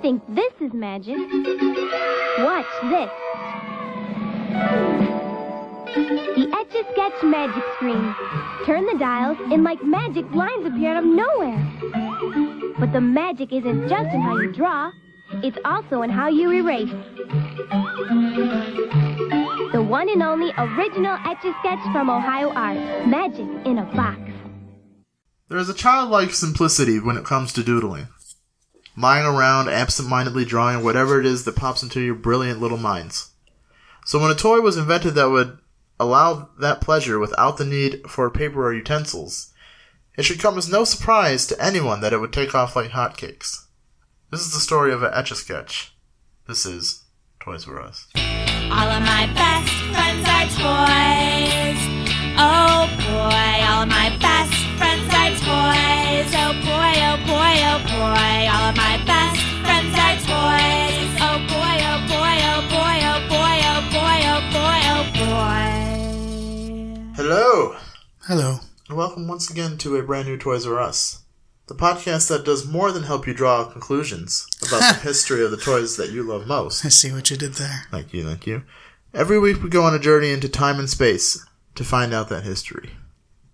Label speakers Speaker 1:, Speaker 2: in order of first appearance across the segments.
Speaker 1: think this is magic. Watch this. The Etch-a-Sketch magic screen. Turn the dials and like magic lines appear out of nowhere. But the magic isn't just in how you draw, it's also in how you erase. The one and only original Etch-a-Sketch from Ohio Art. Magic in a box.
Speaker 2: There is a childlike simplicity when it comes to doodling. Lying around, absent-mindedly drawing whatever it is that pops into your brilliant little minds. So when a toy was invented that would allow that pleasure without the need for paper or utensils, it should come as no surprise to anyone that it would take off like hotcakes. This is the story of an Etch-a-Sketch. This is Toys R Us.
Speaker 3: All of my best friends are toys. Oh boy, all of my best friends are toys. Oh boy, oh boy, oh boy, all of my best friends are toys. Oh boy, oh boy, oh boy, oh boy, oh boy, oh boy, oh boy.
Speaker 2: Hello,
Speaker 4: Hello.
Speaker 2: and welcome once again to a brand new Toys R Us, the podcast that does more than help you draw conclusions about the history of the toys that you love most.
Speaker 4: I see what you did there.
Speaker 2: Thank you, thank you. Every week we go on a journey into time and space to find out that history.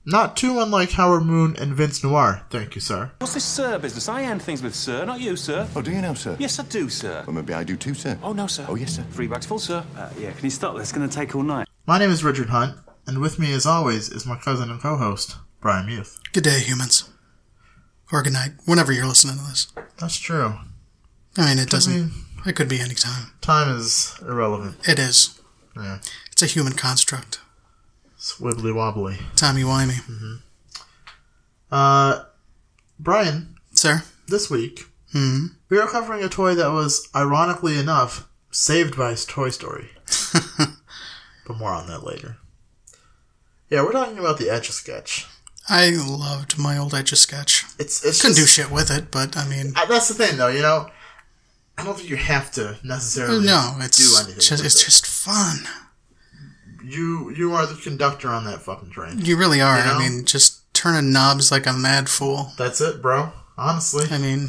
Speaker 2: Not too unlike Howard Moon and Vince Noir, thank you, sir.
Speaker 5: What's this sir business? I end things with sir, not you, sir.
Speaker 6: Oh, do you know, sir?
Speaker 5: Yes, I do, sir.
Speaker 6: Well, maybe I do too, sir.
Speaker 5: Oh, no, sir.
Speaker 6: Oh, yes, sir.
Speaker 5: Three bags full, sir. Uh, yeah, can you stop this? It's going to take all night.
Speaker 2: My name is Richard Hunt, and with me, as always, is my cousin and co host, Brian Muth.
Speaker 4: Good day, humans. Or good night, whenever you're listening to this.
Speaker 2: That's true.
Speaker 4: I mean, it doesn't.
Speaker 2: Mm-hmm.
Speaker 4: It could be any time.
Speaker 2: Time is irrelevant.
Speaker 4: It is.
Speaker 2: Yeah.
Speaker 4: It's a human construct.
Speaker 2: It's wibbly wobbly.
Speaker 4: Tommy
Speaker 2: Mm-hmm.
Speaker 4: Wimey.
Speaker 2: Uh, Brian,
Speaker 4: Sir?
Speaker 2: this week,
Speaker 4: Hmm.
Speaker 2: we are covering a toy that was, ironically enough, saved by Toy Story. but more on that later. Yeah, we're talking about the Etch a Sketch.
Speaker 4: I loved my old Etch a Sketch.
Speaker 2: It's it's
Speaker 4: Couldn't do
Speaker 2: just-
Speaker 4: shit with it, but I mean,
Speaker 2: Uh, That's the thing, though. You know, I don't think you have to necessarily.
Speaker 4: no,
Speaker 2: do
Speaker 4: it's
Speaker 2: anything.
Speaker 4: just,
Speaker 2: with
Speaker 4: it's
Speaker 2: it.
Speaker 4: just fun.
Speaker 2: you. You are the conductor on that fucking train.
Speaker 4: You really are.
Speaker 2: You know?
Speaker 4: I mean, just turning knobs like a mad fool.
Speaker 2: That's it, bro. Honestly,
Speaker 4: I mean,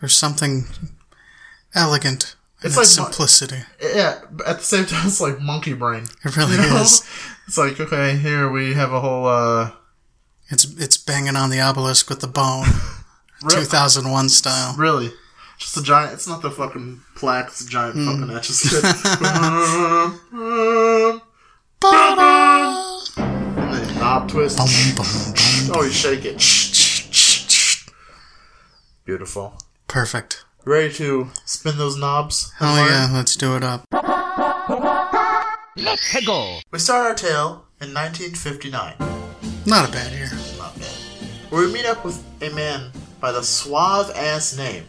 Speaker 4: there's something elegant in
Speaker 2: It's
Speaker 4: its
Speaker 2: like mon-
Speaker 4: simplicity.
Speaker 2: yeah. But at the same time, it's like monkey brain.
Speaker 4: It really
Speaker 2: You know?
Speaker 4: is.
Speaker 2: It's like okay, here we have a whole. uh
Speaker 4: It's it's banging on the obelisk with the bone,
Speaker 2: re-
Speaker 4: 2001 style.
Speaker 2: Really, just a giant. It's not the fucking plaque. It's a
Speaker 4: Hmm.
Speaker 2: giant fucking etch a and then knob twist.
Speaker 4: Um,
Speaker 2: Oh, you shake it. Beautiful.
Speaker 4: Perfect.
Speaker 2: Ready to spin those knobs?
Speaker 4: Oh
Speaker 2: Mark?
Speaker 4: yeah, let's do it up.
Speaker 2: We start our tale in 1959.
Speaker 4: Not a bad year.
Speaker 2: Not bad. Where we meet up with a man by the suave ass name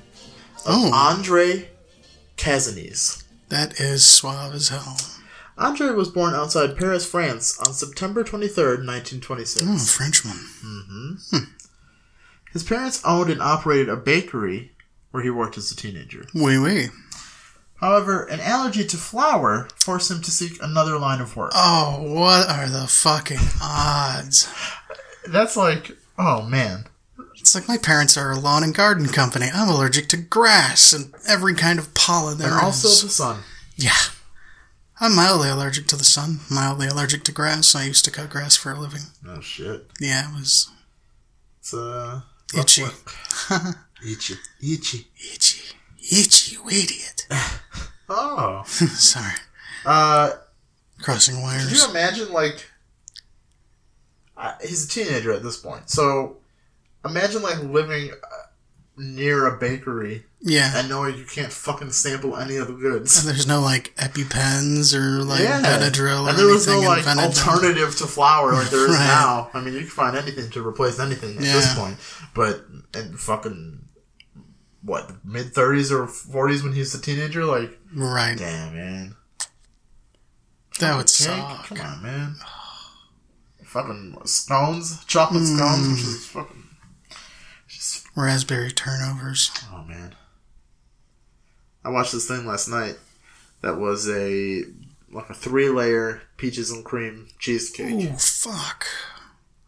Speaker 2: of
Speaker 4: Oh.
Speaker 2: Andre Cazenese.
Speaker 4: That is suave as hell.
Speaker 2: Andre was born outside Paris, France on September 23rd, 1926.
Speaker 4: Oh, Frenchman.
Speaker 2: His parents owned and operated a bakery where he worked as a teenager.
Speaker 4: Wee wee.
Speaker 2: However, an allergy to flour forced him to seek another line of work.
Speaker 4: Oh, what are the fucking odds?
Speaker 2: That's like, oh man.
Speaker 4: It's like my parents are a lawn and garden company. I'm allergic to grass and every kind of pollen there
Speaker 2: And
Speaker 4: is.
Speaker 2: also the sun.
Speaker 4: yeah. I'm mildly allergic to the sun, mildly allergic to grass. I used to cut grass for a living.
Speaker 2: Oh shit.
Speaker 4: Yeah, it was
Speaker 2: It's uh rough
Speaker 4: Itchy.
Speaker 2: work. itchy. Itchy.
Speaker 4: itchy. Itchy, you idiot.
Speaker 2: Oh.
Speaker 4: Sorry.
Speaker 2: Uh,
Speaker 4: Crossing
Speaker 2: can
Speaker 4: wires.
Speaker 2: you imagine, like, uh, he's a teenager at this point, so imagine, like, living uh, near a bakery
Speaker 4: Yeah.
Speaker 2: and knowing you can't fucking sample any of the goods.
Speaker 4: And there's no like EpiPens or like
Speaker 2: yeah.
Speaker 4: Benadryl or
Speaker 2: and there was no,
Speaker 4: anything
Speaker 2: like,
Speaker 4: invented then.
Speaker 2: alternative to flour like there is
Speaker 4: Right.
Speaker 2: now. I mean, you can find anything to replace anything at this
Speaker 4: Yeah.
Speaker 2: point, but in fucking, what, mid 30s or 40s when he's a teenager? Like,
Speaker 4: Right.
Speaker 2: damn, man.
Speaker 4: That would
Speaker 2: cake?
Speaker 4: suck.
Speaker 2: Come on, man. fucking scones, chocolate
Speaker 4: Hmm.
Speaker 2: scones, which is fucking. Just
Speaker 4: Raspberry turnovers.
Speaker 2: oh man. I watched this thing last night. That was a like a three layer peaches and cream cheesecake.
Speaker 4: Ooh, fuck.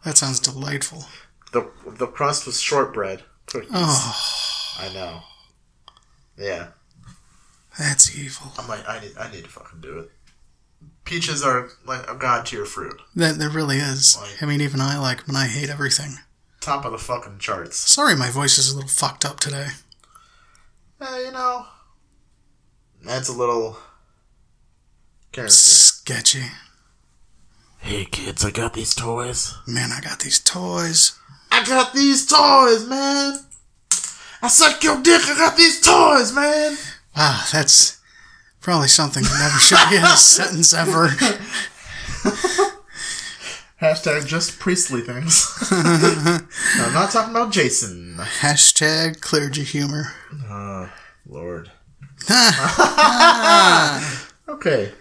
Speaker 4: That sounds delightful.
Speaker 2: The the crust was shortbread cookies.
Speaker 4: Oh,
Speaker 2: I know. Yeah.
Speaker 4: That's evil.
Speaker 2: I'm like, I need, I need to fucking do it. Peaches are like a god tier fruit.
Speaker 4: That there really is.
Speaker 2: Like-
Speaker 4: I mean, even I like them, and I hate everything.
Speaker 2: Top of the fucking charts.
Speaker 4: Sorry, my voice is a little fucked up today.
Speaker 2: Eh, you know, that's a little. Character.
Speaker 4: Sketchy.
Speaker 2: Hey kids, I got these toys.
Speaker 4: Man, I got these toys.
Speaker 2: I got these toys, man. I suck your dick. I got these toys, man.
Speaker 4: Wow, Ah, that's probably something that never should be in a sentence ever.
Speaker 2: Hashtag just priestly things. I'm not talking about Jason.
Speaker 4: Hashtag clergy humor.
Speaker 2: Lord. okay.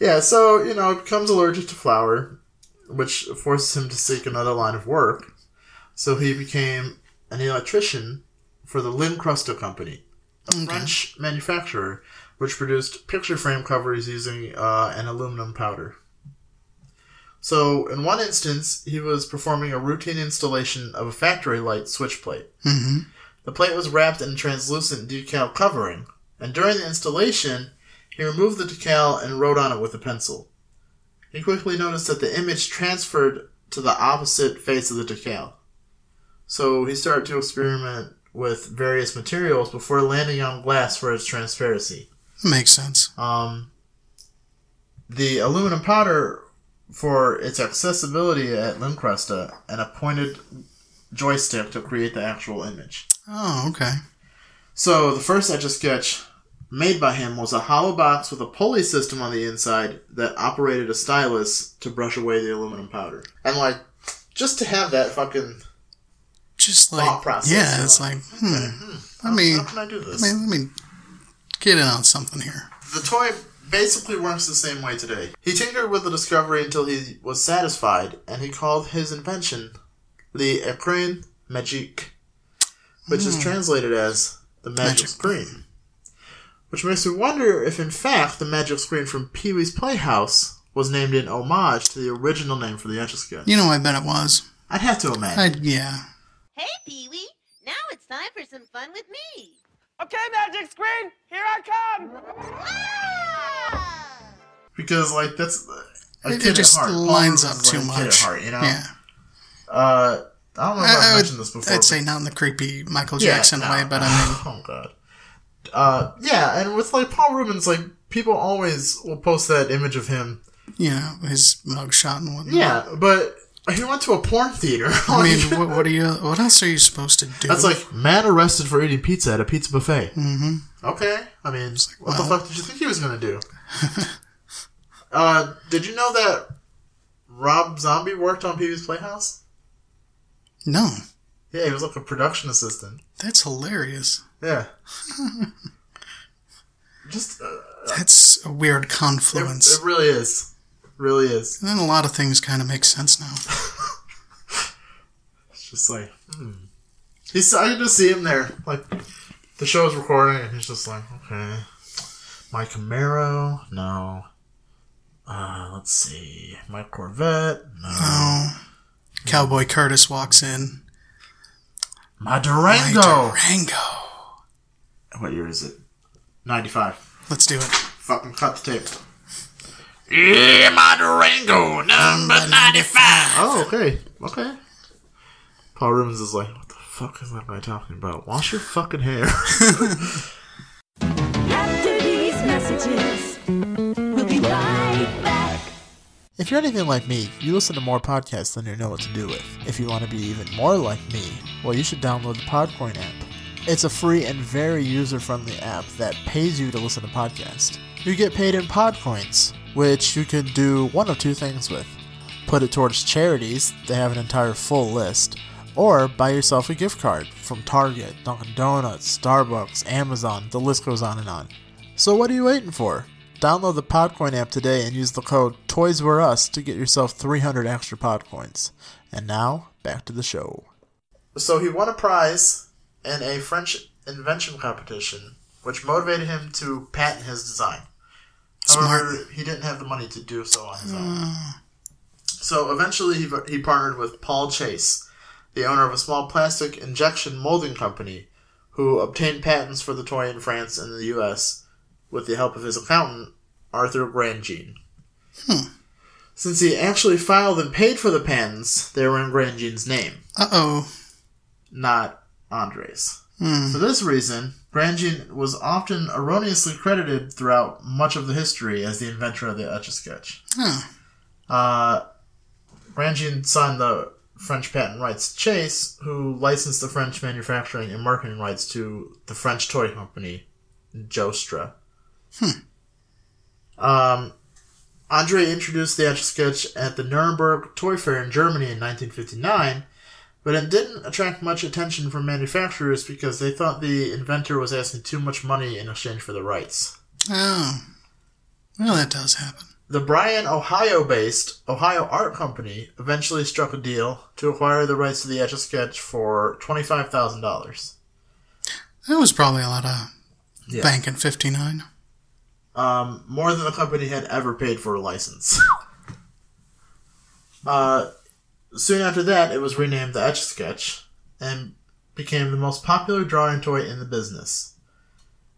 Speaker 2: Yeah, so, you know, becomes allergic to flour, which forces him to seek another line of work. So he became an electrician for the Lincrusto Company, a French manufacturer which produced picture frame covers using uh, an aluminum powder. So, in one instance, he was performing a routine installation of a factory light switch plate. The plate was wrapped in a translucent decal covering, and during the installation, he removed the decal and wrote on it with a pencil. He quickly noticed that the image transferred to the opposite face of the decal. So he started to experiment with various materials before landing on glass for its transparency.
Speaker 4: Makes sense.
Speaker 2: Um, the aluminum powder for its accessibility at Lincrusta and a pointed joystick to create the actual image.
Speaker 4: Oh, okay.
Speaker 2: So the first etch a sketch made by him was a hollow box with a pulley system on the inside that operated a stylus to brush away the aluminum powder. And like, just to have that fucking
Speaker 4: Just like
Speaker 2: Thought process,
Speaker 4: yeah,
Speaker 2: yeah.
Speaker 4: it's like hmm. Let me,
Speaker 2: how can I do this?
Speaker 4: let me let me get in on something here.
Speaker 2: The toy basically works the same way today. He tinkered with the discovery until he was satisfied, and he called his invention the Ecran Magique, which is translated as the magic,
Speaker 4: Hmm. Magic.
Speaker 2: screen. Which makes me wonder if, in fact, the magic screen from Pee Wee's Playhouse was named in homage to the original name for the etch a sketch.
Speaker 4: You know, I bet it was.
Speaker 2: I'd have to imagine.
Speaker 4: I yeah.
Speaker 6: Hey, Pee Wee, now it's time for some fun with me.
Speaker 7: Okay, Magic Screen, here I come!
Speaker 2: because, like, that's a
Speaker 4: It,
Speaker 2: kid
Speaker 4: it just
Speaker 2: at heart. Paul
Speaker 4: lines up
Speaker 2: Rubens is
Speaker 4: too
Speaker 2: like a
Speaker 4: much.
Speaker 2: kid at heart, you know?
Speaker 4: Yeah.
Speaker 2: Uh, I don't know if I,
Speaker 4: I,
Speaker 2: have
Speaker 4: I
Speaker 2: mentioned
Speaker 4: would,
Speaker 2: this before.
Speaker 4: I'd
Speaker 2: but-
Speaker 4: say not in the creepy Michael Jackson
Speaker 2: no.
Speaker 4: way, but I mean,
Speaker 2: oh god. Uh, yeah, and with like Paul Rubens, like people always will post that image of him.
Speaker 4: you know, his mugshot and whatnot.
Speaker 2: Yeah, but he went to a porn theater.
Speaker 4: I
Speaker 2: Like,
Speaker 4: mean, what, what are you? What else are you supposed to do?
Speaker 2: that's like man arrested for eating pizza at a pizza buffet. Mm-hmm. Okay, I mean, what the
Speaker 4: wow.
Speaker 2: fuck did you think he was gonna do? uh, did you know that Rob Zombie worked on Pee Wee's Playhouse?
Speaker 4: no,
Speaker 2: Yeah, he was like a production assistant.
Speaker 4: that's hilarious.
Speaker 2: Yeah. Just uh,
Speaker 4: That's a weird
Speaker 2: it,
Speaker 4: confluence.
Speaker 2: it really is, really is.
Speaker 4: and then a lot of things kind of make sense now.
Speaker 2: just like, hmm. He's, I can just see him there. Like, the show is recording, and he's just like, okay. My Camaro? No. Uh, let's see. My Corvette? No.
Speaker 4: Oh, Cowboy Curtis walks in.
Speaker 2: My
Speaker 4: Hey,
Speaker 2: Durango!
Speaker 4: Durango.
Speaker 2: What year is it? 95.
Speaker 4: Let's do it.
Speaker 2: Fucking cut the tape. Yeah, my Durango, number 95. Oh, okay. Okay. Paul Rubens is like, what the fuck is that guy talking about? Wash your fucking hair.
Speaker 3: After these messages, we'll be right back.
Speaker 2: If you're anything like me, you listen to more podcasts than you know what to do with. If you want to be even more like me, well, you should download the Podcoin app. It's a free and very user friendly app that pays you to listen to podcasts. You get paid in Podcoins, which you can do one of two things with put it towards charities, they have an entire full list, or buy yourself a gift card from Target, Dunkin' Donuts, Starbucks, Amazon, the list goes on and on. So what are you waiting for? Download the Podcoin app today and use the code TOYSWERUS to get yourself 300 extra Podcoins. And now, back to the show. So he won a prize in a French invention competition, which motivated him to patent his design. However, he didn't have the money to do so on his own. So eventually, he, he partnered with Paul Chase, the owner of a small plastic injection molding company, who obtained patents for the toy in France and the US with the help of his accountant, Arthur Grandjean. Since he actually filed and paid for the patents, they were in Grandjean's name,
Speaker 4: Uh oh.
Speaker 2: not Andre's. For this reason, Grandjean was often erroneously credited throughout much of the history as the inventor of the Etch a Sketch.
Speaker 4: Huh.
Speaker 2: Uh, Grandjean signed the French patent rights to Chase, who licensed the French manufacturing and marketing rights to the French toy company, Jostra. Hmm. Um, Andre introduced the etch sketch at the Nuremberg Toy Fair in Germany in 1959, but it didn't attract much attention from manufacturers because they thought the inventor was asking too much money in exchange for the rights.
Speaker 4: Oh. Well, that does happen.
Speaker 2: The Bryan, Ohio based Ohio Art Company eventually struck a deal to acquire the rights to the Etch a Sketch for $25,000.
Speaker 4: That was probably a lot of
Speaker 2: Yeah.
Speaker 4: bank in 59.
Speaker 2: Um, more than the company had ever paid for a license. uh, soon after that, it was renamed the Etch a Sketch and became the most popular drawing toy in the business.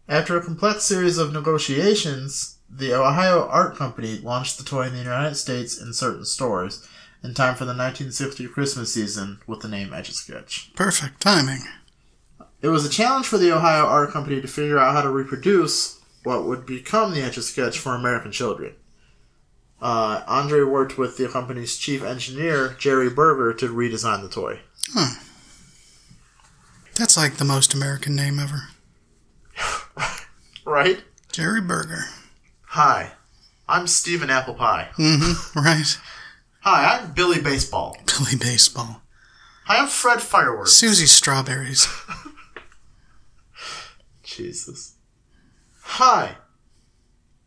Speaker 2: After a complex series of negotiations, the Ohio Art Company launched the toy in the United States in certain stores in time for the 1960 Christmas season with the name Etch a Sketch.
Speaker 4: Perfect timing.
Speaker 2: It was a challenge for the Ohio Art Company to figure out how to reproduce what would become the Etch a Sketch for American children. Uh, Andre worked with the company's chief engineer, Jerry Berger, to redesign the toy.
Speaker 4: That's like the most American name ever.
Speaker 2: Right?
Speaker 4: Jerry Berger.
Speaker 2: Hi, I'm Stephen Apple Pie.
Speaker 4: Right?
Speaker 2: Hi, I'm Billy Baseball.
Speaker 4: Billy Baseball.
Speaker 2: Hi, I'm Fred Fireworks.
Speaker 4: Susie Strawberries.
Speaker 2: Jesus. Hi,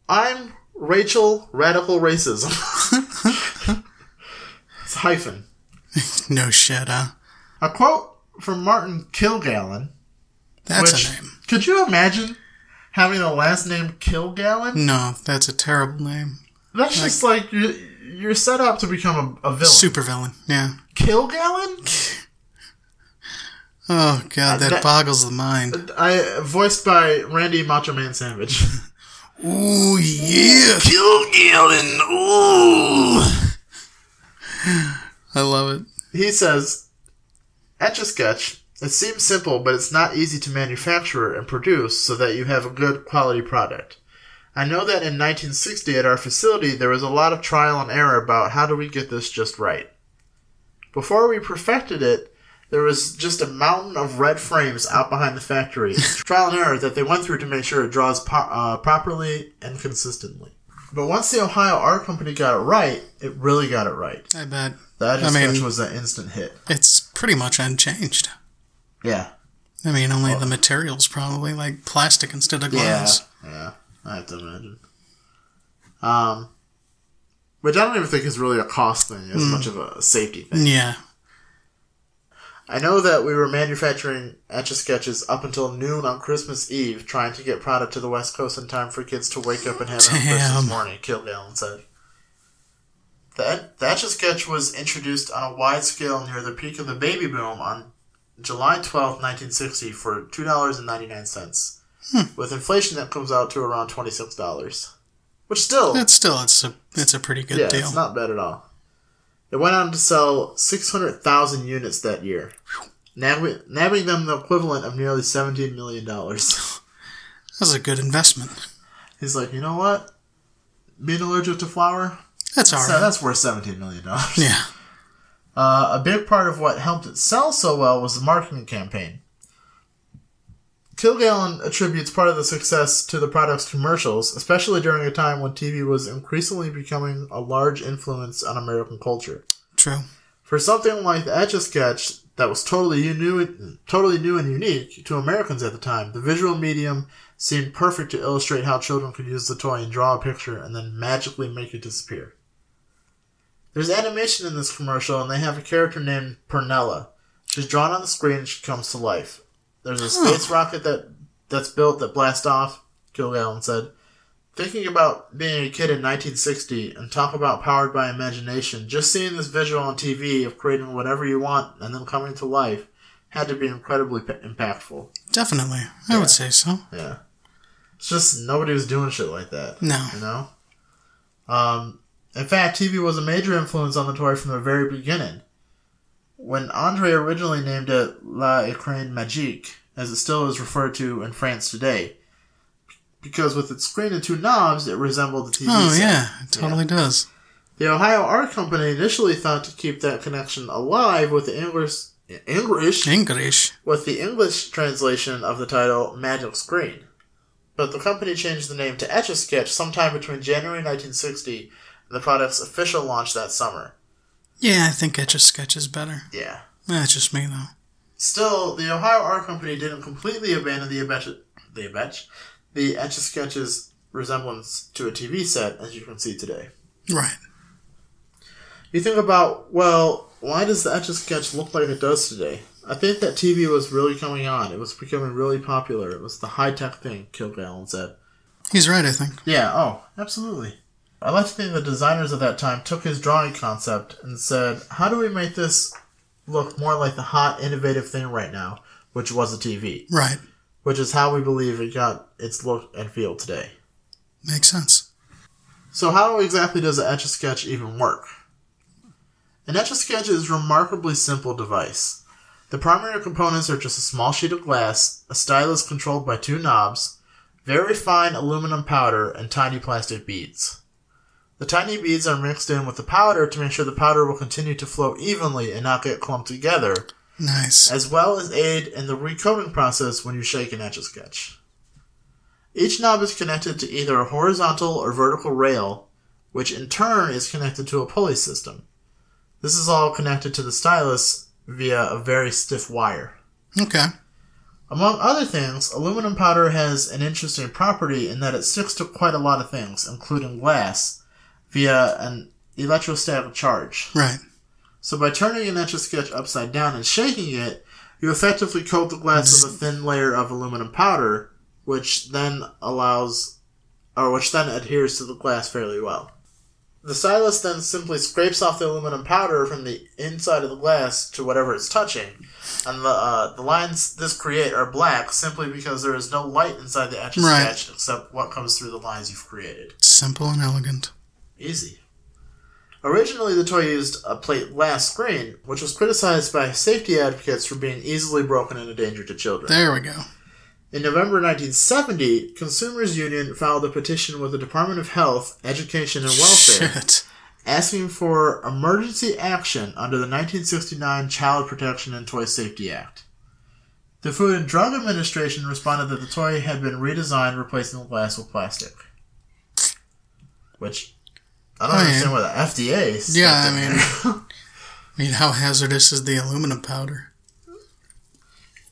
Speaker 2: I'm Rachel Radical Racism. it's a hyphen.
Speaker 4: No shit, huh?
Speaker 2: A quote from Martin Kilgallen.
Speaker 4: That's
Speaker 2: Which-
Speaker 4: a name.
Speaker 2: Could you imagine having a last name Kilgallen?
Speaker 4: No, that's a terrible name.
Speaker 2: That's just like you're, you're set up to become a, a villain.
Speaker 4: Supervillain. Yeah.
Speaker 2: Kilgallen?
Speaker 4: Oh god, that,
Speaker 2: that-
Speaker 4: boggles the mind.
Speaker 2: I voiced by Randy Macho Man Savage.
Speaker 4: Ooh yeah.
Speaker 2: Kilgallen. Ooh.
Speaker 4: I love it.
Speaker 2: He says, Etch a sketch. It seems simple, but it's not easy to manufacture and produce so that you have a good quality product. I know that in 1960 at our facility there was a lot of trial and error about how do we get this just right. Before we perfected it, there was just a mountain of red frames out behind the factory. It's trial and error that they went through to make sure it draws po- uh, properly and consistently. But once the Ohio Art Company got it right, it really got it right.
Speaker 4: I bet.
Speaker 2: That
Speaker 4: I mean-
Speaker 2: sketch was an instant hit.
Speaker 4: It's pretty much unchanged.
Speaker 2: Yeah.
Speaker 4: I mean, only
Speaker 2: Oh.
Speaker 4: the materials probably like plastic instead of glass.
Speaker 2: Yeah. I have to imagine. Um, which I don't even think is really a cost thing as much of a safety thing.
Speaker 4: Yeah.
Speaker 2: I know that we were manufacturing etch a sketches up until noon on Christmas Eve, trying to get product to the West Coast in time for kids to wake up and have it on
Speaker 4: Damn.
Speaker 2: Christmas morning, Kilgallen said. That, the etch a sketch was introduced on a wide scale near the peak of the baby boom on July twelfth, 1960, for $2.99,
Speaker 4: Hmm.
Speaker 2: with inflation that comes out to around $26. Which still,
Speaker 4: That's still it's a it's a pretty good
Speaker 2: yeah,
Speaker 4: deal.
Speaker 2: it's not bad at all. It went on to sell 600,000 units that year, nabbing, nabbing them the equivalent of nearly $17 million.
Speaker 4: That's a good investment.
Speaker 2: He's like, you know what? Being allergic to flour?
Speaker 4: That's all
Speaker 2: So
Speaker 4: right.
Speaker 2: uh, that's worth $17 million.
Speaker 4: Yeah.
Speaker 2: Uh, a big part of what helped it sell so well was the marketing campaign. Kilgallen attributes part of the success to the product's commercials, especially during a time when TV was increasingly becoming a large influence on American culture.
Speaker 4: True.
Speaker 2: For something like the Etch a Sketch that was totally u- new, totally new and unique to Americans at the time, the visual medium seemed perfect to illustrate how children could use the toy and draw a picture and then magically make it disappear. There's animation in this commercial, and they have a character named Pernella. She's drawn on the screen and she comes to life. There's a space rocket that that's built that blasts off, Gilgallen said. Thinking about being a kid in 1960 and talk about powered by imagination, just seeing this visual on TV of creating whatever you want and then coming to life had to be incredibly p- impactful.
Speaker 4: Definitely. I would say so.
Speaker 2: Yeah. It's just nobody was doing shit like that.
Speaker 4: No.
Speaker 2: You know? Um, in fact, TV was a major influence on the toy from the very beginning. When Andre originally named it La Écran Magique, as it still is referred to in France today, because with its screen and two knobs, it resembled the TV
Speaker 4: Oh,
Speaker 2: set.
Speaker 4: yeah. It totally does.
Speaker 2: The Ohio Art Company initially thought to keep that connection alive with the English English
Speaker 4: English.
Speaker 2: with the English translation of the title Magic Screen. But the company changed the name to Etch a Sketch sometime between January 1960 and the product's official launch that summer.
Speaker 4: Yeah, I think Etch a Sketch is better.
Speaker 2: Yeah.
Speaker 4: That's just me, though.
Speaker 2: Still, the Ohio Art Company didn't completely abandon the Abetch, the Abetch, the Etch a Sketch's resemblance to a TV set, as you can see today.
Speaker 4: Right.
Speaker 2: You think about, well, why does the Etch a Sketch look like it does today? I think that TV was really coming on. It was becoming really popular. It was the high tech thing, Kilgallen said.
Speaker 4: He's right, I think.
Speaker 2: Yeah, oh, absolutely. I like to think the designers of that time took his drawing concept and said, how do we make this look more like the hot, innovative thing right now, which was a TV?
Speaker 4: Right.
Speaker 2: Which is how we believe it got its look and feel today.
Speaker 4: Makes sense.
Speaker 2: So, how exactly does an etch a sketch even work? An etch a sketch is a remarkably simple device. The primary components are just a small sheet of glass, a stylus controlled by two knobs, very fine aluminum powder, and tiny plastic beads. The tiny beads are mixed in with the powder to make sure the powder will continue to flow evenly and not get clumped together,
Speaker 4: Nice.
Speaker 2: as well as aid in the recoating process when you shake an etch a sketch. Each knob is connected to either a horizontal or vertical rail, which in turn is connected to a pulley system. This is all connected to the stylus via a very stiff wire.
Speaker 4: Okay.
Speaker 2: Among other things, aluminum powder has an interesting property in that it sticks to quite a lot of things, including glass, via an electrostatic charge.
Speaker 4: Right.
Speaker 2: So by turning an etch a sketch upside down and shaking it, you effectively coat the glass with a thin layer of aluminum powder, which then allows, or which then adheres to the glass fairly well. The stylus then simply scrapes off the aluminum powder from the inside of the glass to whatever it's touching, and the uh, the lines this create are black simply because there is no light inside the etch a
Speaker 4: Right.
Speaker 2: sketch except what comes through the lines you've created.
Speaker 4: Simple and elegant.
Speaker 2: Easy. Originally, the toy used a plate glass screen, which was criticized by safety advocates for being easily broken and a danger to children.
Speaker 4: There we go.
Speaker 2: In November 1970, Consumers Union filed a petition with the Department of Health, Education, and Welfare
Speaker 4: Shit.
Speaker 2: asking for emergency action under the 1969 Child Protection and Toy Safety Act. The Food and Drug Administration responded that the toy had been redesigned, replacing the glass with plastic. Which I don't
Speaker 4: Oh, yeah.
Speaker 2: understand why the FDA. stepped
Speaker 4: Yeah, I
Speaker 2: in
Speaker 4: mean-
Speaker 2: there.
Speaker 4: I mean, how hazardous is the aluminum powder?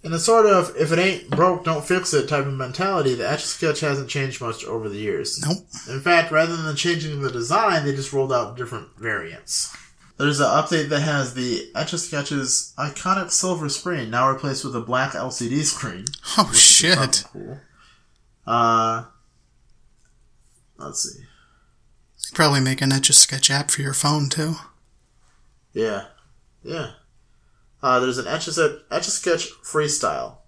Speaker 2: in a sort of if it ain't broke, don't fix it type of mentality, the etch sketch hasn't changed much over the years.
Speaker 4: Nope.
Speaker 2: In fact, rather than changing the design, they just rolled out different variants. There's an update that has the Etch a Sketch's iconic silver screen now replaced with a black LCD screen.
Speaker 4: Oh,
Speaker 2: which is
Speaker 4: shit.
Speaker 2: fucking Cool. Uh, let's see.
Speaker 4: Probably make an Etch a Sketch app for your phone, too.
Speaker 2: Yeah, yeah. Uh, there's an Etch a Etch a Sketch Freestyle,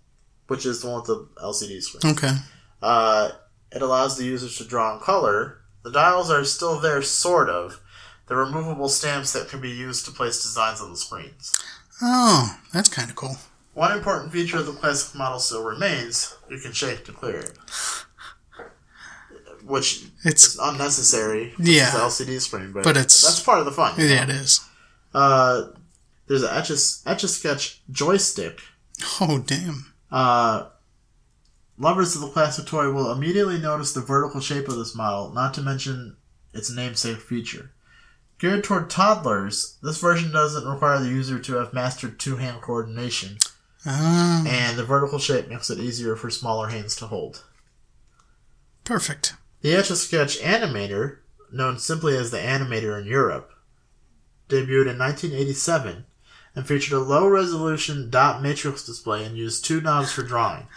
Speaker 2: which is the one with the LCD screen.
Speaker 4: Okay.
Speaker 2: Uh, it allows the users to draw in color. The dials are still there, sort of. The removable stamps that can be used to place designs on the screens.
Speaker 4: Oh, that's kind of cool.
Speaker 2: One important feature of the classic model still remains you can shake to clear it. Which
Speaker 4: It's.
Speaker 2: is unnecessary.
Speaker 4: Yeah.
Speaker 2: It's the LCD screen, but,
Speaker 4: But it's-
Speaker 2: that's part of the fun. you
Speaker 4: Yeah, it
Speaker 2: know?
Speaker 4: is.
Speaker 2: Uh, there's an Etch a Sketch joystick
Speaker 4: Oh, damn.
Speaker 2: Uh, lovers of the classic toy will immediately notice the vertical shape of this model, not to mention its namesake feature. Geared toward toddlers, this version doesn't require the user to have mastered two hand coordination,
Speaker 4: Ah,
Speaker 2: and the vertical shape makes it easier for smaller hands to hold.
Speaker 4: perfect.
Speaker 2: The Etch a Sketch Animator, known simply as the Animator in Europe, debuted in 1987 and featured a low resolution dot matrix display and used two knobs for drawing.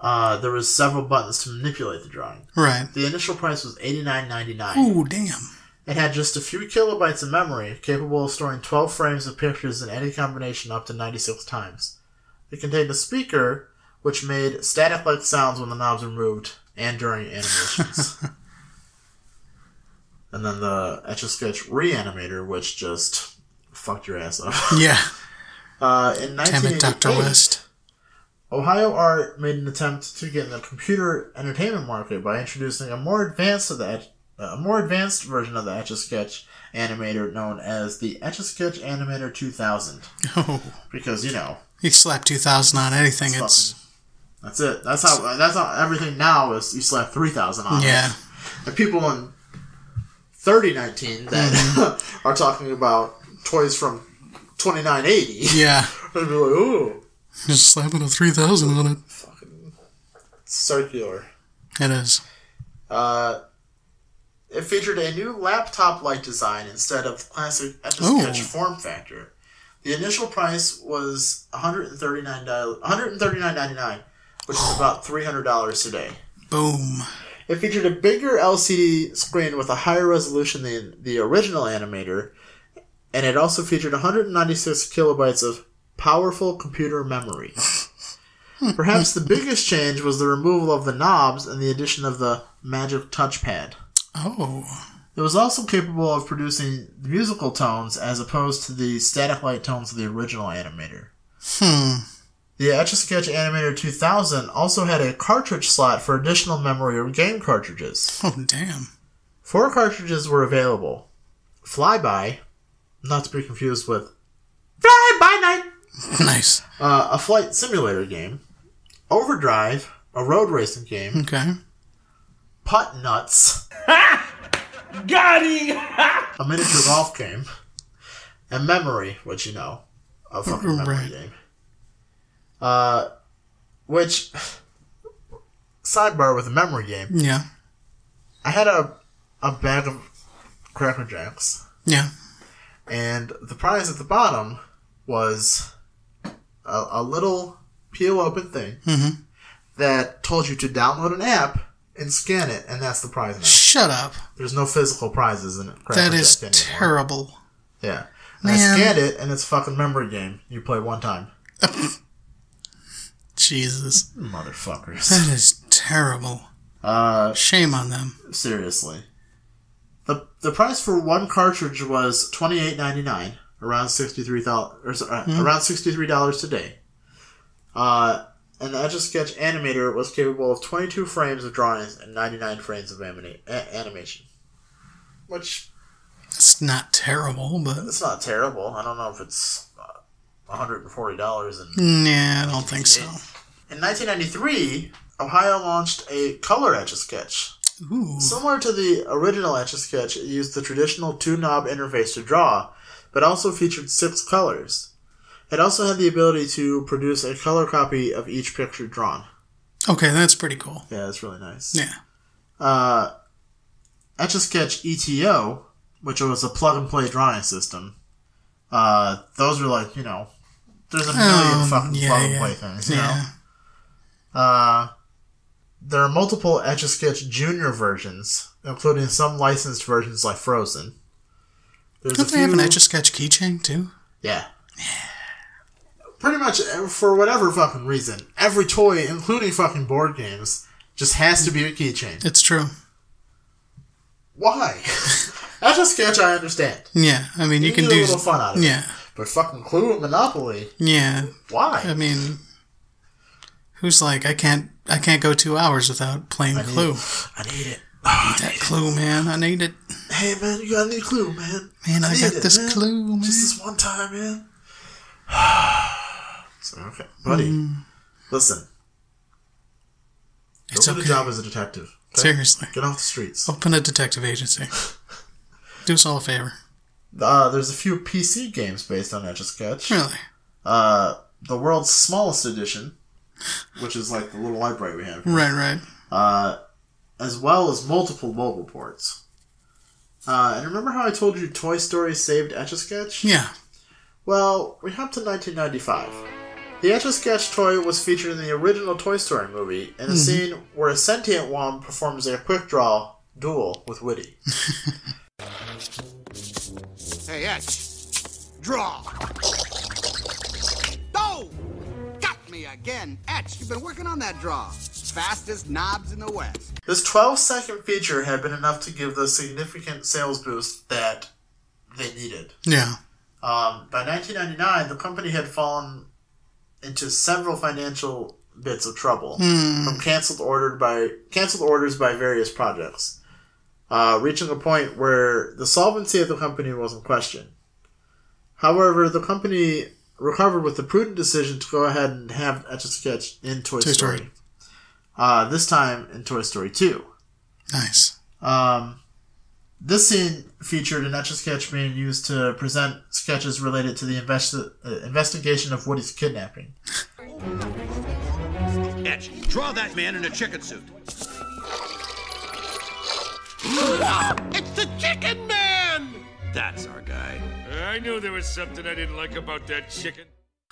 Speaker 2: Uh, there was several buttons to manipulate the drawing.
Speaker 4: Right.
Speaker 2: The initial price was $89.99.
Speaker 4: Oh, damn.
Speaker 2: It had just a few kilobytes of memory, capable of storing 12 frames of pictures in any combination up to 96 times. It contained a speaker, which made static like sounds when the knobs were moved and during animations. and then the Etch a Sketch Reanimator, which just fucked your ass up.
Speaker 4: Yeah.
Speaker 2: Uh, in
Speaker 4: Damn
Speaker 2: 1988,
Speaker 4: it, Dr. West.
Speaker 2: Ohio Art made an attempt to get in the computer entertainment market by introducing a more advanced of the etch- a more advanced version of the Etch a Sketch animator known as the Etch a Sketch Animator 2000.
Speaker 4: Oh,
Speaker 2: Because you know,
Speaker 4: you slap 2000 on anything, it's.
Speaker 2: that's it. That's how. That's how everything now is. You slap 3000 on. it.
Speaker 4: Yeah.
Speaker 2: The people in 3019 that are talking about toys from 2980
Speaker 4: Yeah.
Speaker 2: would be like, ooh,
Speaker 4: Just slapping a 3000 on it.
Speaker 2: circular.
Speaker 4: It is.
Speaker 2: Uh, it featured a new laptop-like design instead of the classic Etch-a-Sketch
Speaker 4: Ooh.
Speaker 2: form factor. The initial price was one hundred thirty-nine dollars, one hundred thirty-nine ninety-nine, which is about three hundred dollars today.
Speaker 4: Boom.
Speaker 2: It featured a bigger LCD screen with a higher resolution than the original animator, and it also featured 196 kilobytes of powerful computer memory. Perhaps the biggest change was the removal of the knobs and the addition of the Magic Touchpad.
Speaker 4: Oh.
Speaker 2: It was also capable of producing musical tones as opposed to the static light tones of the original animator.
Speaker 4: Hmm.
Speaker 2: The Etch a Sketch Animator 2000 also had a cartridge slot for additional memory or game cartridges.
Speaker 4: Oh, damn.
Speaker 2: Four cartridges were available. Flyby, not to be confused with Flyby Night,
Speaker 4: Nice.
Speaker 2: uh, a flight simulator game, Overdrive, a road racing game,
Speaker 4: Okay.
Speaker 2: Putt Nuts,
Speaker 7: Got him!
Speaker 2: a miniature golf game, and Memory, which you know, a fucking memory
Speaker 4: Right.
Speaker 2: game. Uh, which sidebar with a memory game,
Speaker 4: Yeah.
Speaker 2: I had a a bag of Cracker Jacks.
Speaker 4: Yeah.
Speaker 2: and the prize at the bottom was a, a little peel open thing that told you to download an app and scan it, and that's the prize now.
Speaker 4: Shut up.
Speaker 2: There's no physical prizes in it.
Speaker 4: That is
Speaker 2: Jack anymore.
Speaker 4: terrible.
Speaker 2: Yeah. And I
Speaker 4: Man.
Speaker 2: scanned it, and it's a fucking memory game. You play one time.
Speaker 4: Jesus.
Speaker 2: Motherfuckers.
Speaker 4: That is terrible.
Speaker 2: uh,
Speaker 4: Shame on them.
Speaker 2: seriously. The, the price for one cartridge was twenty eight ninety nine, around sixty three dollars, or so-
Speaker 4: Hmm.
Speaker 2: uh, around sixty three dollars today. Uh, and the Etch a Sketch animator was capable of twenty two frames of drawings and ninety nine frames of anima- a- animation, which
Speaker 4: It's not terrible, but.
Speaker 2: it's not terrible. I don't know if it's one hundred and forty dollars and
Speaker 4: Nah, I don't think so.
Speaker 2: In 1993, Ohio launched a color etch a sketch.
Speaker 4: Ooh.
Speaker 2: Similar to the original etch a sketch, it used the traditional two knob interface to draw, but also featured six colors. It also had the ability to produce a color copy of each picture drawn.
Speaker 4: Okay, that's pretty cool.
Speaker 2: Yeah, that's really nice.
Speaker 4: Yeah.
Speaker 2: Uh, etch a sketch ETO, which was a plug and play drawing system, uh, those were like, you know, there's a million
Speaker 4: Um,
Speaker 2: fucking
Speaker 4: yeah,
Speaker 2: plug and
Speaker 4: yeah.
Speaker 2: play things, you know?
Speaker 4: Yeah.
Speaker 2: Uh, there are multiple Etch a Sketch Junior versions, including some licensed versions like Frozen. There's
Speaker 4: Don't they have an Etch a Sketch keychain, too?
Speaker 2: Yeah. Pretty much uh, for whatever fucking reason, every toy, including fucking board games, just has to be a keychain.
Speaker 4: It's true.
Speaker 2: Why? Etch a Sketch, I understand.
Speaker 4: Yeah. I mean, you,
Speaker 2: can
Speaker 4: can
Speaker 2: get a
Speaker 4: do.
Speaker 2: little fun out of it.
Speaker 4: yeah.
Speaker 2: But fucking Clue and Monopoly,
Speaker 4: Yeah.
Speaker 2: why?
Speaker 4: I mean, who's like I can't I can't go two hours without playing Clue.
Speaker 2: I need it.
Speaker 4: That Clue, man, I need it.
Speaker 2: Hey man, you got any Clue, man?
Speaker 4: Man, I
Speaker 2: need
Speaker 4: got
Speaker 2: it,
Speaker 4: this
Speaker 2: man.
Speaker 4: Clue, man.
Speaker 2: Just this one time, man. so, okay, buddy.
Speaker 4: Mm.
Speaker 2: Listen,
Speaker 4: It's
Speaker 2: go get
Speaker 4: okay.
Speaker 2: a job as a detective. okay?
Speaker 4: Seriously, Oh.
Speaker 2: Get off the streets.
Speaker 4: open a detective agency. do us all a favor,
Speaker 2: Uh, there's a few PC games based on Etch a Sketch.
Speaker 4: really.
Speaker 2: Uh, the world's smallest edition, which is like the little library we have,
Speaker 4: Right, right.
Speaker 2: uh, as well as multiple mobile ports. Uh, and remember how I told you Toy Story saved Etch a Sketch?
Speaker 4: Yeah.
Speaker 2: Well, we hop to 1995. The Etch a Sketch toy was featured in the original Toy Story movie in a scene where a sentient Wom performs a quick draw duel with Woody.
Speaker 8: Hey, Etch. Draw. Oh! Got me again. Etch, you've been working on that draw. Fastest knobs in the West.
Speaker 2: This 12 second feature had been enough to give the significant sales boost that they needed.
Speaker 4: Yeah.
Speaker 2: Um, by 1999, the company had fallen into several financial bits of trouble from canceled ordered by canceled orders by various projects, uh, reaching a point where the solvency of the company was in question. However, the company recovered with the prudent decision to go ahead and have Etch a Sketch in Toy,
Speaker 4: Toy
Speaker 2: Story.
Speaker 4: Story.
Speaker 2: Uh, this time in Toy Story 2.
Speaker 4: Nice.
Speaker 2: Um, this scene featured an etch a sketch being used to present sketches related to the invest- uh, investigation of Woody's kidnapping.
Speaker 9: Etch, draw that man in a chicken suit. it's the chicken man! That's our guy.
Speaker 7: I knew there was something I didn't like about that chicken.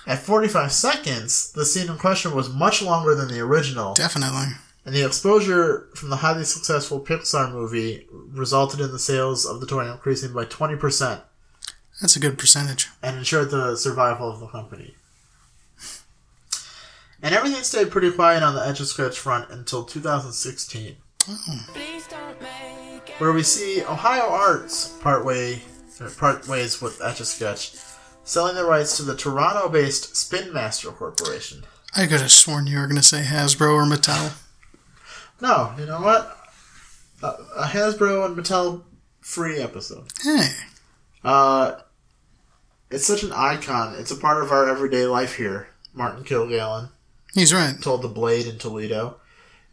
Speaker 2: At 45 seconds, the scene in question was much longer than the original,
Speaker 4: Definitely.
Speaker 2: and the exposure from the highly successful Pixar movie resulted in the sales of the toy increasing by 20%
Speaker 4: That's a good percentage.
Speaker 2: and ensured the survival of the company. And everything stayed pretty quiet on the Etch a Sketch front until 2016. where we see Ohio Arts part way part ways with Etch a Sketch, selling the rights to the Toronto-based Spin Master Corporation.
Speaker 4: I could have sworn you were going to say Hasbro or Mattel.
Speaker 2: No, you know what? A, a Hasbro and Mattel free episode.
Speaker 4: Hey.
Speaker 2: Uh, it's such an icon. It's a part of our everyday life here. Martin Kilgallen
Speaker 4: He's right.
Speaker 2: told the Blade in Toledo.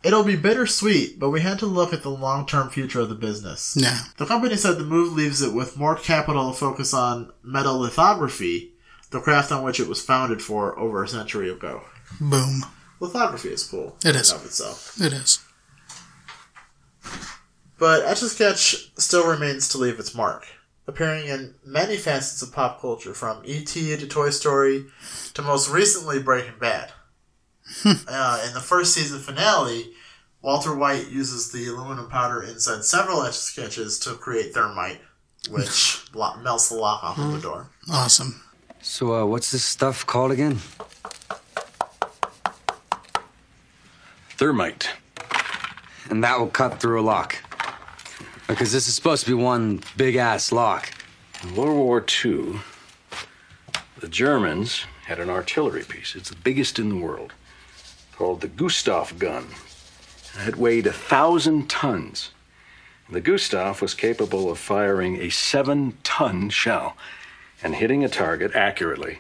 Speaker 2: It'll be bittersweet, but we had to look at the long-term future of the business.
Speaker 4: Yeah.
Speaker 2: The company said the move leaves it with more capital to focus on metallithography, the craft on which it was founded for over a century ago.
Speaker 4: Boom.
Speaker 2: Lithography is cool.
Speaker 4: It
Speaker 2: in
Speaker 4: is.
Speaker 2: and Of itself.
Speaker 4: It is.
Speaker 2: But Etch a Sketch still remains to leave its mark, appearing in many facets of pop culture, from E.T. to Toy Story to most recently Breaking Bad. uh, in the first season finale, Walter White uses the aluminum powder inside several Etch a Sketches to create thermite, which lo- melts the lock off of the door.
Speaker 4: Awesome.
Speaker 10: So, uh, what's this stuff called again?
Speaker 5: Thermite.
Speaker 10: And that will cut through a lock. Because this is supposed to be one big ass lock.
Speaker 9: In World War II, the Germans had an artillery piece. It's the biggest in the world, called the Gustav gun. It weighed a thousand tons. The Gustav was capable of firing a seven ton shell and hitting a target accurately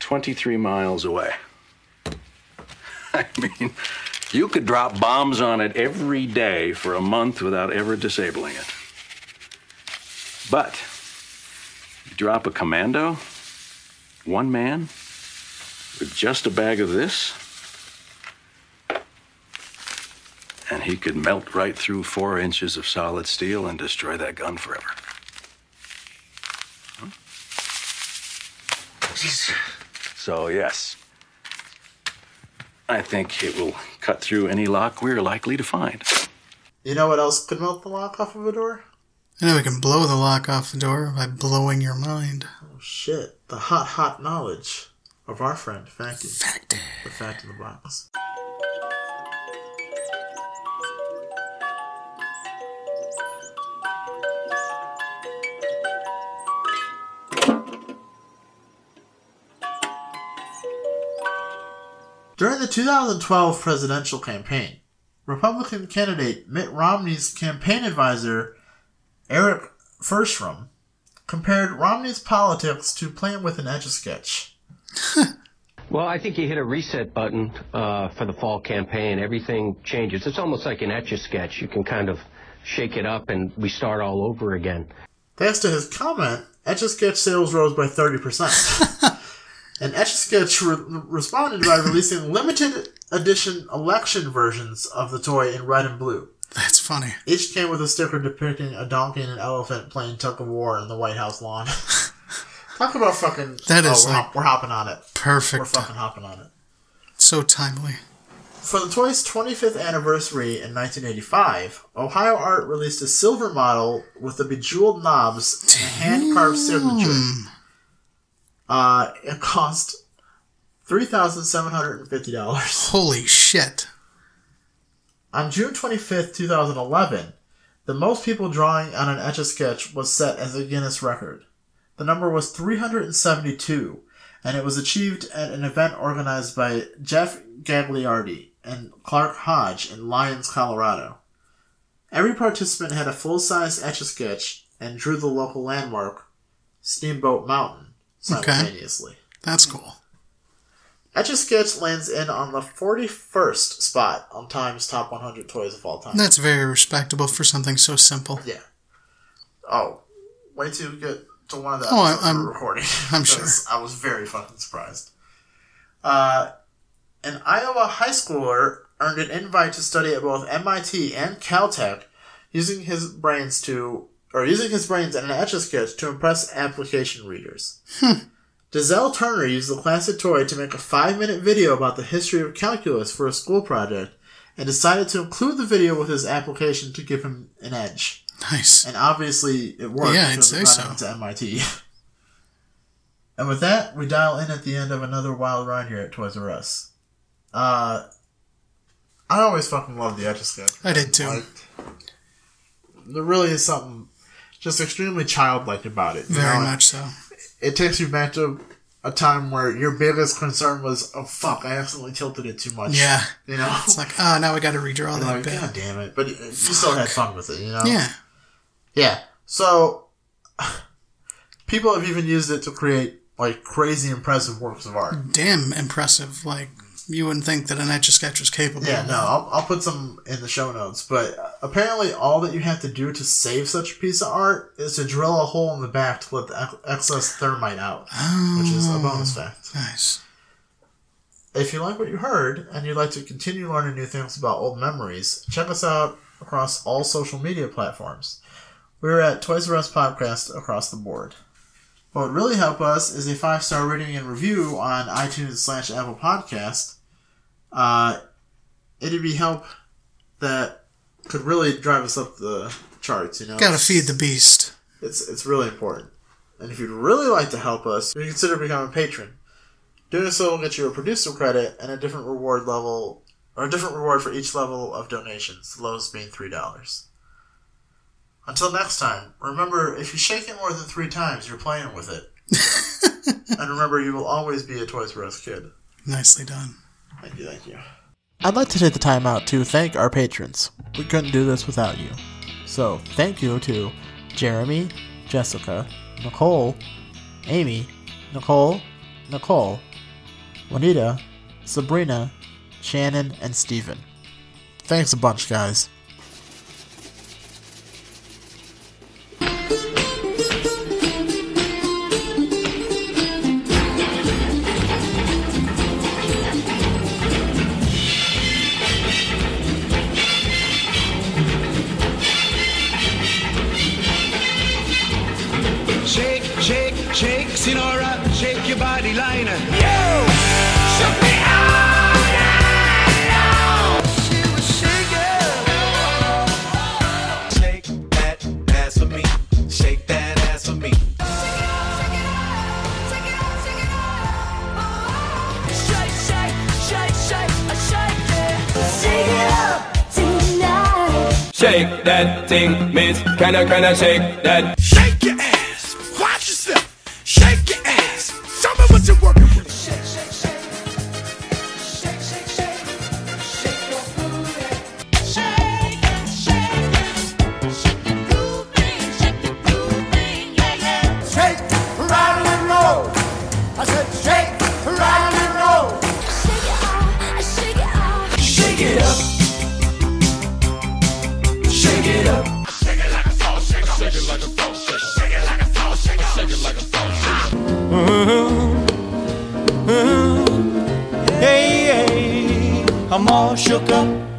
Speaker 9: 23 miles away. I mean, you could drop bombs on it every day for a month without ever disabling it. But you drop a commando, one man, with just a bag of this, and he could melt right through four inches of solid steel and destroy that gun forever. Huh? So, yes, I think it will cut through any lock we're likely to find.
Speaker 2: You know what else could melt the lock off of a door?
Speaker 4: I know we can blow the lock off the door by blowing your mind.
Speaker 2: Oh shit. The hot, hot knowledge of our friend Facty.
Speaker 4: Fact.
Speaker 2: The fact in the box. During the 2012 presidential campaign, Republican candidate Mitt Romney's campaign advisor, Eric Firstrom, compared Romney's politics to playing with an etch a sketch.
Speaker 9: Well, I think you hit a reset button uh, for the fall campaign. Everything changes. It's almost like an etch a sketch. You can kind of shake it up and we start all over again.
Speaker 2: Thanks to his comment, Etch a Sketch sales rose by 30%. and Etch a Sketch re- responded by releasing limited edition election versions of the toy in red and blue.
Speaker 4: That's funny.
Speaker 2: Each came with a sticker depicting a donkey and an elephant playing tug of war in the White House lawn. Talk about fucking. oh,
Speaker 4: That is
Speaker 2: we're,
Speaker 4: like-
Speaker 2: hop- we're hopping on it. We're
Speaker 4: Perfect.
Speaker 2: fucking hopping on it.
Speaker 4: So timely.
Speaker 2: For the toy's 25th anniversary in 1985, Ohio Art released a silver model with the bejeweled knobs and a hand carved signature. Uh, it cost $3,750.
Speaker 4: Holy shit.
Speaker 2: On June 25th, 2011, the most people drawing on an etch a sketch was set as a Guinness record. The number was 372, and it was achieved at an event organized by Jeff Gagliardi and Clark Hodge in Lyons, Colorado. Every participant had a full size etch a sketch and drew the local landmark, Steamboat Mountain, simultaneously.
Speaker 4: That's
Speaker 2: Mm-hmm.
Speaker 4: cool.
Speaker 2: Etch a Sketch lands in on the 41st spot on Time's Top 100 Toys of All Time.
Speaker 4: That's very respectable for something so simple.
Speaker 2: Yeah. Oh, way to get to one of the
Speaker 4: Oh, I-
Speaker 2: episodes
Speaker 4: I'm-
Speaker 2: we're recording.
Speaker 4: I'm
Speaker 2: Because I was very fucking surprised. Uh, an Iowa high schooler earned an invite to study at both MIT and Caltech, using his brains to or using his brains in an etch a sketch to impress application readers.
Speaker 4: Hmm.
Speaker 2: Dizelle Turner used the classic toy to make a five minute video about the history of calculus for a school project and decided to include the video with his application to give him an edge.
Speaker 4: Nice.
Speaker 2: And obviously, it worked.
Speaker 4: Yeah, I'd
Speaker 2: because it
Speaker 4: say
Speaker 2: got
Speaker 4: so.
Speaker 2: him To MIT. and with that, we dial in at the end of another wild ride here at Toys R Us. Uh, I always fucking love the Etch a Sketch.
Speaker 4: I did too.
Speaker 2: There really is something just extremely childlike about it. you
Speaker 4: Very
Speaker 2: know?
Speaker 4: much so.
Speaker 2: It takes you back to a time where your biggest concern was, "Oh fuck, I accidentally tilted it too much."
Speaker 4: Yeah.
Speaker 2: you know,
Speaker 4: It's like, oh, now we got to redraw that
Speaker 2: like,
Speaker 4: bit.
Speaker 2: god damn it! But you you still had fun with it, you know.
Speaker 4: Yeah.
Speaker 2: Yeah. So people have even used it to create like crazy impressive works of art.
Speaker 4: Damn impressive. Like, you wouldn't think that an etch a sketch was capable.
Speaker 2: Yeah,
Speaker 4: of
Speaker 2: no,
Speaker 4: that.
Speaker 2: I'll, I'll put some in the show notes. But uh, apparently, all that you have to do to save such a piece of art is to drill a hole in the back to let the ex- excess thermite out, which is a bonus fact.
Speaker 4: Nice.
Speaker 2: If you like what you heard and you'd like to continue learning new things about old memories, check us out across all social media platforms. We're at Toys R Us Podcast across the board. What would really help us is a five star rating and review on iTunes slash Apple Podcast. Uh, it'd be help that could really drive us up the charts. You know,
Speaker 4: Gotta feed the beast.
Speaker 2: it's it's really important. And if you'd really like to help us, you can consider becoming a patron. Doing so will get you a producer credit and a different reward level, or a different reward for each level of donations. The lowest being three dollars. Until next time, remember if you shake it more than three times, you're playing with it. and remember, you will always be a Toys R Us kid.
Speaker 4: Nicely done.
Speaker 2: Thank you, thank you. I'd like to take the time out to thank our patrons. We couldn't do this without you. So, thank you to Jeremy, Jessica, Nicole, Amy, Nicole, Nicole, Juanita, Sabrina, Shannon, and Steven. Thanks a bunch, guys.
Speaker 11: Shake, shake, shake, Sinora, shake your body liner. You shook me all night
Speaker 6: Ah!
Speaker 11: long. She was shaking. Shake that ass for me. Shake that ass for me.
Speaker 12: Shake that thing, miss. Can I, can I shake that?
Speaker 11: Shake your ass. Watch yourself. Shake your ass. Show me what you're working with. Shake, shake, shake. Shake, shake, shake. Shake your booty. Shake it, shake it. Shake your groovy, shake your groovy, yeah, yeah. Shake, rattle and roll. I said shake, rattle and roll. Shake it off, shake it off. Shake it up. Shake it like a salt shaker. Shake it like a salt shaker. Shake it like a salt shaker. Shake it like a salt shaker.
Speaker 13: Yeah, yeah. I'm all shook up.